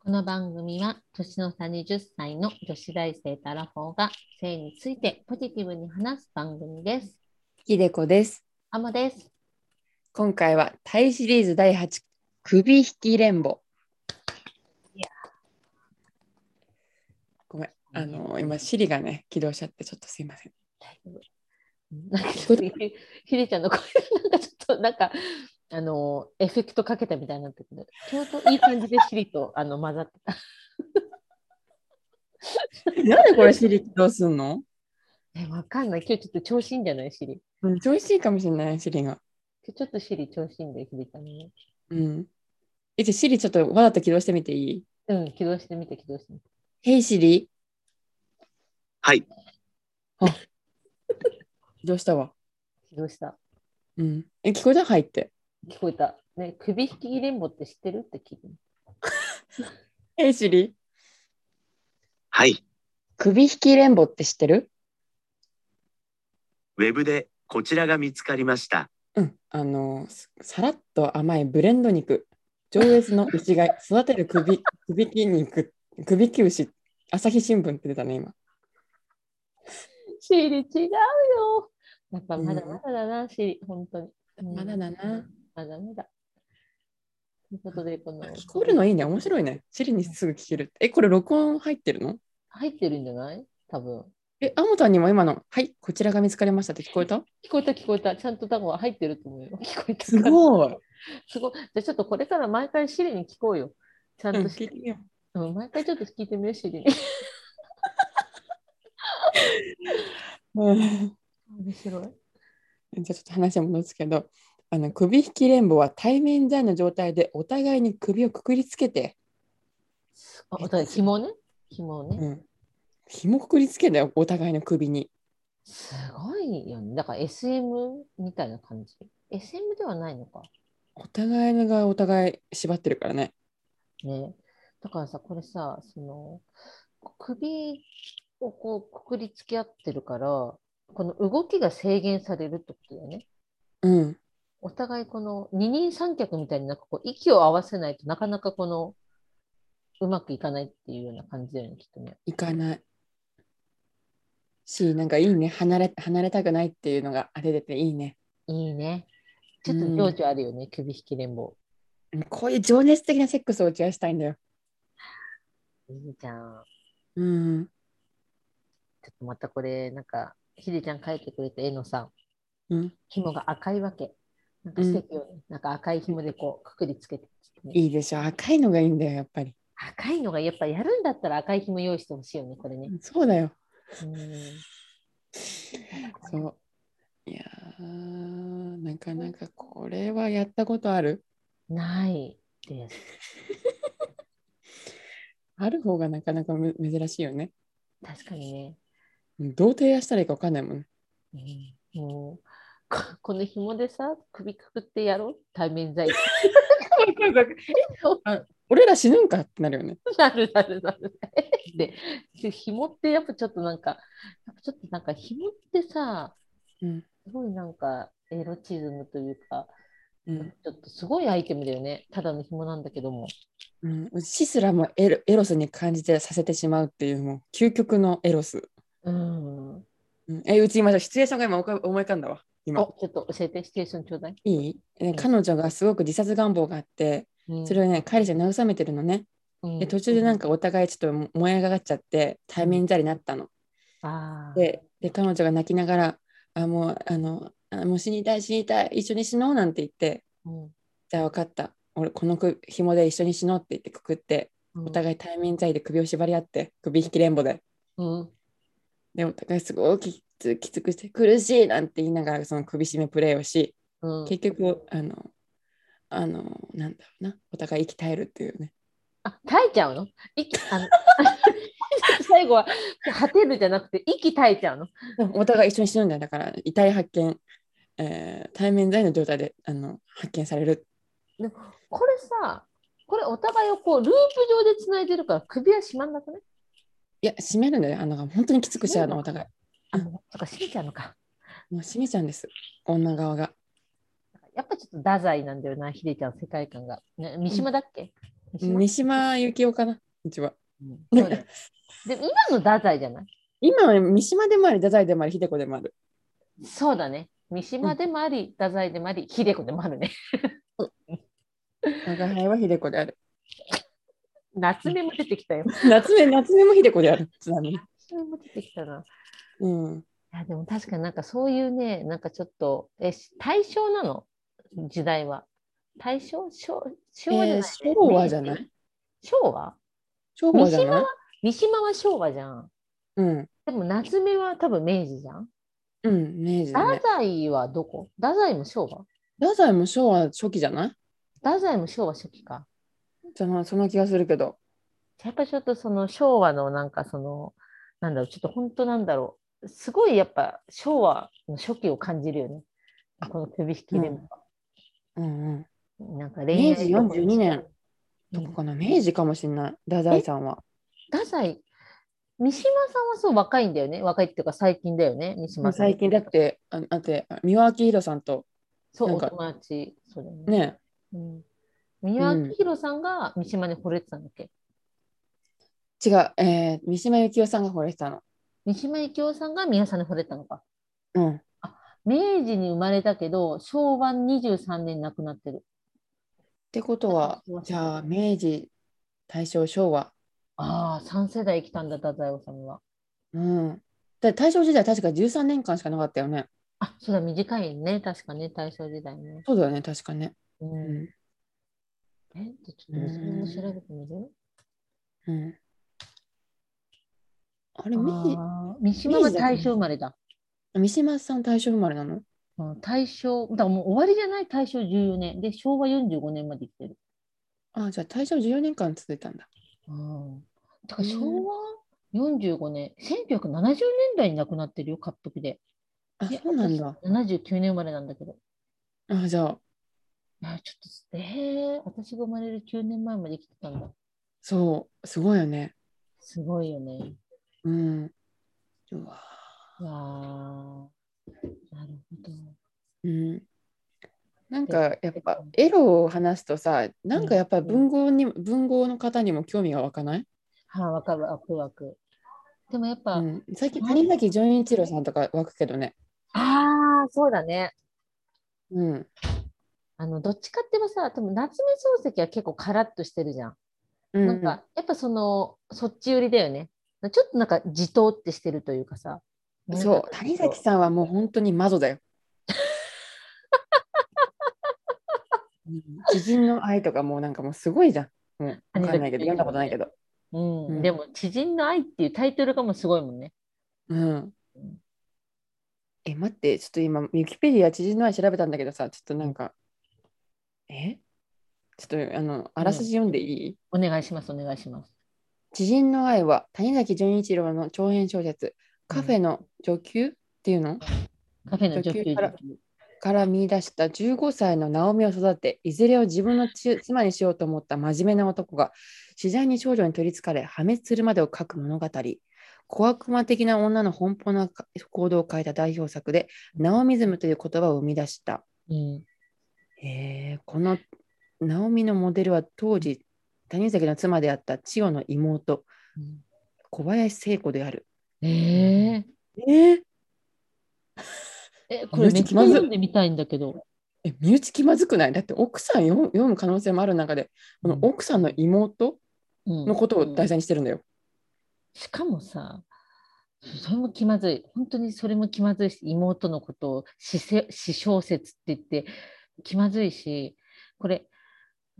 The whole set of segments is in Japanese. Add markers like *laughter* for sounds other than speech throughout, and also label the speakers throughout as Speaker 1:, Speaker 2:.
Speaker 1: この番組は年の差20歳の女子大生とアラフォーが性についてポジティブに話す番組です。
Speaker 2: ひでこです。
Speaker 1: アモです。
Speaker 2: 今回はタイシリーズ第8首引きレンボ。
Speaker 1: いや
Speaker 2: ごめん、あの今シリがね起動しちゃってちょっとすいません。
Speaker 1: なんかちょっとひひでちゃんの声がなんかちょっとなんかあのエフェクトかけたみたいになってくる。ちょうどいい感じでシリとあの混ざってた。
Speaker 2: なんでこれシリ起動すんの？
Speaker 1: え、わかんない。今日ちょっと調子いいんじゃないシリ。
Speaker 2: うん、調子いいかもしれないシリが。
Speaker 1: 今日ちょっとシリ調子いいんだよ、ひでちゃんね。
Speaker 2: うん。えじゃあシリちょっとわざと起動してみていい？
Speaker 1: うん、起動してみて、起動してみて。
Speaker 2: ヘイシリ
Speaker 3: はい。
Speaker 2: *laughs* 起動したわ。
Speaker 1: 起動した。
Speaker 2: うん。え聞こえたはいって。
Speaker 1: 聞こえた。ね、首引きレンボって知ってるって聞いてみて。
Speaker 2: ヘイシリ
Speaker 3: はい。
Speaker 2: 首引きレンボって知ってる？
Speaker 3: ウェブでこちらが見つかりました。
Speaker 2: うん、あのすさらっと甘いブレンド肉上越の牛
Speaker 1: *laughs*
Speaker 2: 飼い育てる首首筋肉首切牛朝日新聞って出たね今
Speaker 1: シリ違うよ。やっぱまだまだだな、シリ、本当に。うん
Speaker 2: まだだな。
Speaker 1: まだまだ。ということで、この。
Speaker 2: 聞こえるのいいね面白いねチリにすぐ聞けるってえこれ録音入ってるの
Speaker 1: 入ってるんじゃない多分。
Speaker 2: えアモタンにも今の「はいこちらが見つかりました」って聞こえた
Speaker 1: 聞こえた聞こえた。ちゃんと多分入ってると思うよ。 *laughs* 聞こえた
Speaker 2: す
Speaker 1: から。
Speaker 2: ごい、
Speaker 1: すごい。じゃあちょっとこれから毎回シリに聞こうよ。ちゃ
Speaker 2: うんん、
Speaker 1: と
Speaker 2: 聞いてみよう
Speaker 1: うん、毎回ちょっと聞いてみよう、シリに。
Speaker 2: うん
Speaker 1: 面白い。
Speaker 2: じゃあちょっと話は戻すけどあの首引き連合は対面在の状態でお互いに首をくくりつけて
Speaker 1: あ、お互い紐ね。紐ね。
Speaker 2: うん。紐くくりつけたよ、お互いの首に。
Speaker 1: すごいよね。だから SM みたいな感じ。SM ではないのか。
Speaker 2: お互いのがお互い縛ってるからね。
Speaker 1: ね。だからさ、これさ、その、首をこうくくりつき合ってるから、この動きが制限されるってことだよね。
Speaker 2: うん。
Speaker 1: お互いこの二人三脚みたいになんかこう息を合わせないとなかなかこのうまくいかないっていうような感じだよね、きっとね。
Speaker 2: 行かない。し、なんかいいね。離れ離れたくないっていうのがあれ出ていいね。
Speaker 1: いいね。ちょっと
Speaker 2: うん
Speaker 1: 情緒あるよね、首引き連棒。
Speaker 2: うんこういう情熱的なセックスを打ち合わせたいんだよ。
Speaker 1: いいじゃん。
Speaker 2: うん。
Speaker 1: ちょっとまたこれ、なんか、ひでちゃん描いてくれた絵のさ、
Speaker 2: うん、
Speaker 1: 紐が赤いわけ。なんか素敵よね。なんか赤い紐でこうくくりつけて、ね
Speaker 2: いいでしょ。赤いのがいいんだよ、やっぱり。
Speaker 1: 赤いのがやっぱやるんだったら赤い紐用意してほしいよね、これね。
Speaker 2: そうだよ。
Speaker 1: うん
Speaker 2: そう。いやー、なかなかこれはやったことある
Speaker 1: ないです。
Speaker 2: ある方がなかなかむ珍しいよね。
Speaker 1: 確かにね。
Speaker 2: うんどう提案したらいいか分かんないもんね。
Speaker 1: うん、もうこ、この紐でさ、首くくってやろう。対面罪。
Speaker 2: 俺ら死ぬんかってなるよね。
Speaker 1: なるなるなる。で、で紐ってやっぱちょっとなんか、やっぱちょっとなんか紐ってさ、
Speaker 2: うん。
Speaker 1: すごいなんかエロチズムというか、
Speaker 2: うん。
Speaker 1: ちょっとすごいアイテムだよね。ただの紐なんだけども。
Speaker 2: うん、死すらもエロエロスに感じてさせてしまうっていう、もう究極のエロス。
Speaker 1: うん。
Speaker 2: うん、え、うち今、シチュエーションが今おか思い浮かんだわ。
Speaker 1: お
Speaker 2: 今。
Speaker 1: ちょっと教えて、シチュエーションちょうだい。
Speaker 2: いいえ彼女がすごく自殺願望があって、それをね、彼氏が慰めてるのね。
Speaker 1: うん
Speaker 2: で、途中でなん
Speaker 1: か、
Speaker 2: かお互いちょっと燃え上がっちゃって、対面座りになったの。
Speaker 1: あー
Speaker 2: で、で彼女が泣きながら、あ、もう、あの、あもう死にたい、死にたい、一緒に死のうなんて言って、
Speaker 1: うん
Speaker 2: じゃあ分かった。俺、このく紐で一緒に死のうって言ってくくって、
Speaker 1: うん
Speaker 2: お互い対面罪で首を縛り合って首引き連んぼで
Speaker 1: うん
Speaker 2: でお互いすごくきつきつくして苦しいなんて言いながらその首絞めプレーをし
Speaker 1: うん、
Speaker 2: 結局あのあのなんだろうなお互い息絶えるっていうね
Speaker 1: あ耐えちゃうの息あの *laughs* 最後は果てるじゃなくて息耐えちゃうの
Speaker 2: お互い一緒に死ぬんだよだから遺体発見、えー対面罪の状態であの発見される
Speaker 1: これさこれお互いをこうループ上でつないでるから首は締まんなくね
Speaker 2: いや締めるんだよあの本当にきつくしちゃうのお互い
Speaker 1: あ
Speaker 2: うん
Speaker 1: もうそっか締めちゃうのか
Speaker 2: もう締めちゃうんです女側が
Speaker 1: やっぱちょっと太宰なんだよなヒデちゃん世界観が、ね、三島だっけ、
Speaker 2: 三島由紀夫かな、うちは。
Speaker 1: そうだよでも今の太宰じゃない
Speaker 2: 今は三島でもあり、太宰でもあり、秀子でもある。
Speaker 1: そうだね。三島でもあり、太宰でもあり、秀子でもあるね。
Speaker 2: 我が輩は秀子である。
Speaker 1: 夏目も出てきたよ。
Speaker 2: 夏目、夏目も秀子である。ちなみに。
Speaker 1: 夏目も出てきたな。
Speaker 2: うん。
Speaker 1: いやでも確かになんかそういうね、なんかちょっと、え、大正なの時代は。大正昭昭和じゃない、
Speaker 2: えー昭和じゃない
Speaker 1: 昭和
Speaker 2: 昭和じゃない
Speaker 1: 三島は昭和じゃん。
Speaker 2: うん。
Speaker 1: でも夏目は多分明治じゃん。
Speaker 2: うん、明治だね
Speaker 1: 太。宰はどこ太宰も昭和
Speaker 2: 太宰も昭和初期じゃない
Speaker 1: 太宰も昭和初期か。
Speaker 2: そのその気がするけど。
Speaker 1: やっぱりちょっとその昭和のなんかその、なんだろう、ちょっと本当なんだろう。すごいやっぱ昭和の初期を感じるよね。この首引きでも。
Speaker 2: うんうん。
Speaker 1: なんか恋愛とか
Speaker 2: 明治42年
Speaker 1: う
Speaker 2: ど
Speaker 1: ん
Speaker 2: こかな明治かもしれない。太宰さんは。
Speaker 1: 太宰、三島さんはそう若いんだよね。若いっていうか最近だよね、三
Speaker 2: ま
Speaker 1: 島
Speaker 2: あ、
Speaker 1: さん。
Speaker 2: 最近だって、あだって、三輪明宏さんと
Speaker 1: そう、
Speaker 2: なん
Speaker 1: お
Speaker 2: か
Speaker 1: 友達。そうだよね。
Speaker 2: ね、
Speaker 1: うん。三輪明宏さんが三島に惚れてたんだっけ、
Speaker 2: 違う、えー、三島由紀夫さんが惚れてたの。
Speaker 1: 三島由紀夫さんが宮さんに惚れてたのか。
Speaker 2: うん。
Speaker 1: 明治に生まれたけど、昭和23年に亡くなってる。
Speaker 2: ってことは
Speaker 1: そうそうそう、
Speaker 2: じゃあ、明治、大正、昭和。
Speaker 1: ああ、3世代生きたんだ、太宰治は。
Speaker 2: うん。だ大正時代、確か13年間しかなかったよね。
Speaker 1: あ、そうだ、短いね。確かね、大正時代ね。
Speaker 2: そうだよね、確かね。
Speaker 1: う。
Speaker 2: うんん。
Speaker 1: え、ちょっとね、それも調べてみる
Speaker 2: うん、あれ、明治
Speaker 1: あー三島は大正生まれだ。
Speaker 2: 三島さん、大正生まれなの
Speaker 1: うん大正、だからもう終わりじゃない大正14年。で、昭和45年まで生きてる。
Speaker 2: あ、じゃあ、大正14年間続いたんだ。
Speaker 1: うん。だから
Speaker 2: うん
Speaker 1: 昭和45年、1970年代に亡くなってるよ、滑覆で。
Speaker 2: あ、
Speaker 1: いや
Speaker 2: そうなんだ。
Speaker 1: 79年生まれなんだけど。
Speaker 2: あ、じゃあ、
Speaker 1: あちょっと、えー、私が生まれる9年前まで生きてたんだ。
Speaker 2: そう、すごいよね。
Speaker 1: すごいよね。
Speaker 2: うん。うわ
Speaker 1: わあ。なるほど。
Speaker 2: うんなんかやっぱエロを話すとさなんかやっぱり文豪に文豪の方にも興味が湧かない、
Speaker 1: はあ、わかる、ワクワク。でもやっぱ、
Speaker 2: うん、最近谷崎潤一郎さんとか湧くけどね、
Speaker 1: ああ、そうだね。
Speaker 2: うん、
Speaker 1: あの、どっちかって言えばさ、多分夏目漱石は結構カラッとしてるじゃん。
Speaker 2: うん
Speaker 1: なんか、やっぱその、そっち寄りだよね。ちょっとなんか、自頭ってしてるというかさ。
Speaker 2: そう谷崎さんはもう本当に魔女だよ
Speaker 1: *laughs*
Speaker 2: うん知人の愛とかもうなんかもうすごいじゃん、うん、分かんないけど読んだことないけど、
Speaker 1: ん。うん、
Speaker 2: うん
Speaker 1: でも、知人の愛っていうタイトルがもうすごいもんね。
Speaker 2: うん、え待ってちょっと今ウィキペディア知人の愛調べたんだけどさちょっとなんかえちょっとあのあらすじ読んでいい、
Speaker 1: お願いします、お願いします。
Speaker 2: 知人の愛は谷崎潤一郎の長編小説「カフェの女給」っていうの、
Speaker 1: カフェの女
Speaker 2: 女
Speaker 1: 給
Speaker 2: 給からから見出した15歳のナオミを育ていずれを自分のち妻にしようと思った真面目な男が次第に少女に取りつかれ破滅するまでを書く物語小悪魔的な女の奔放な行動を変えた代表作でナオミズムという言葉を生み出した、
Speaker 1: うん。
Speaker 2: えーこのナオミのモデルは当時谷崎の妻であった千代の妹
Speaker 1: うん
Speaker 2: 小林聖子である
Speaker 1: え
Speaker 2: えー、
Speaker 1: ええ、これめっちゃ読んでみたいんだけど。
Speaker 2: え身内気まずくないだって奥さんよ読む可能性もある中でこの奥さんの妹の
Speaker 1: の
Speaker 2: ことを題材にしてるんだよ。
Speaker 1: しかもさ、それも気まずい。本当にそれも気まずいし、妹のことを私せ私小説って言って気まずいし、これ、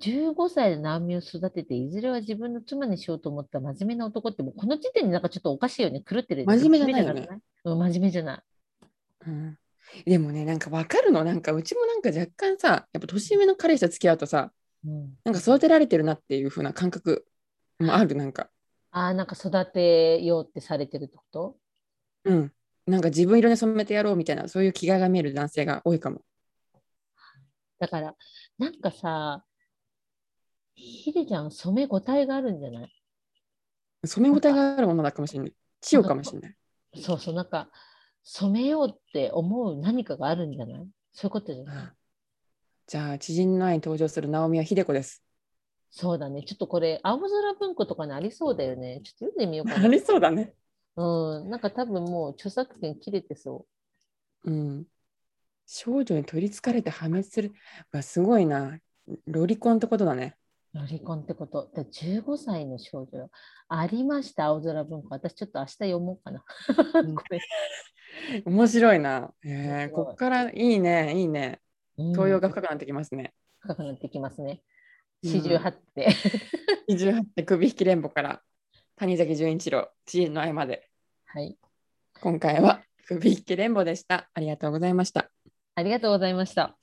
Speaker 1: 15歳で難民を育てて、いずれは自分の妻にしようと思った真面目な男って、もうこの時点でなんかちょっとおかしいよね。狂ってるよね。
Speaker 2: 真面目じゃないよね
Speaker 1: 真面目じゃないうん、真面目じゃない。
Speaker 2: うんでもねなんかわかるのなんかうちもなんか若干さやっぱ年上の彼氏と付き合うとさ
Speaker 1: うん、
Speaker 2: なんか育てられてるなっていう風な感覚もあるなんか
Speaker 1: ああ、なんか育てようってされてるってこと
Speaker 2: うんなんか自分色に染めてやろうみたいなそういう気概が見える男性が多いかも。
Speaker 1: だから、なんかさ、ひでちゃん、染めごたえがあるんじゃない
Speaker 2: 染め応えがある女だかもしれない。千代かもしれない。
Speaker 1: そうそう、なんか染めようって思う何かがあるんじゃないそういうことじゃ
Speaker 2: う
Speaker 1: ない
Speaker 2: んじゃあ知人の愛に登場するナオミは秀子です。
Speaker 1: そうだね。ちょっとこれ、青空文庫とかにありそうだよね。ちょっと読んでみようか
Speaker 2: *laughs* あ
Speaker 1: な。
Speaker 2: りそうだね。
Speaker 1: うん。なんか多分もう著作権切れてそ
Speaker 2: うん。少女に取りつかれて破滅する。まあ、すごいな。ロリコンってことだね。
Speaker 1: う。ロリコンってこと。だ15歳の少女よありました、青空文庫。私ちょっと明日読もうかな。 *laughs*
Speaker 2: ん
Speaker 1: これ
Speaker 2: 面白いな。え
Speaker 1: 面白
Speaker 2: ー、
Speaker 1: い
Speaker 2: ここからいいね、いいね。 *laughs* 東洋が深くなってきますね。
Speaker 1: 深くなってきますね。
Speaker 2: うん
Speaker 1: 四十八って。 *laughs*
Speaker 2: 28手首引き連母から谷崎潤一郎、知恵の愛まで。
Speaker 1: はい。
Speaker 2: 今回は首引き連母でした。ありがとうございました。
Speaker 1: ありがとうございました。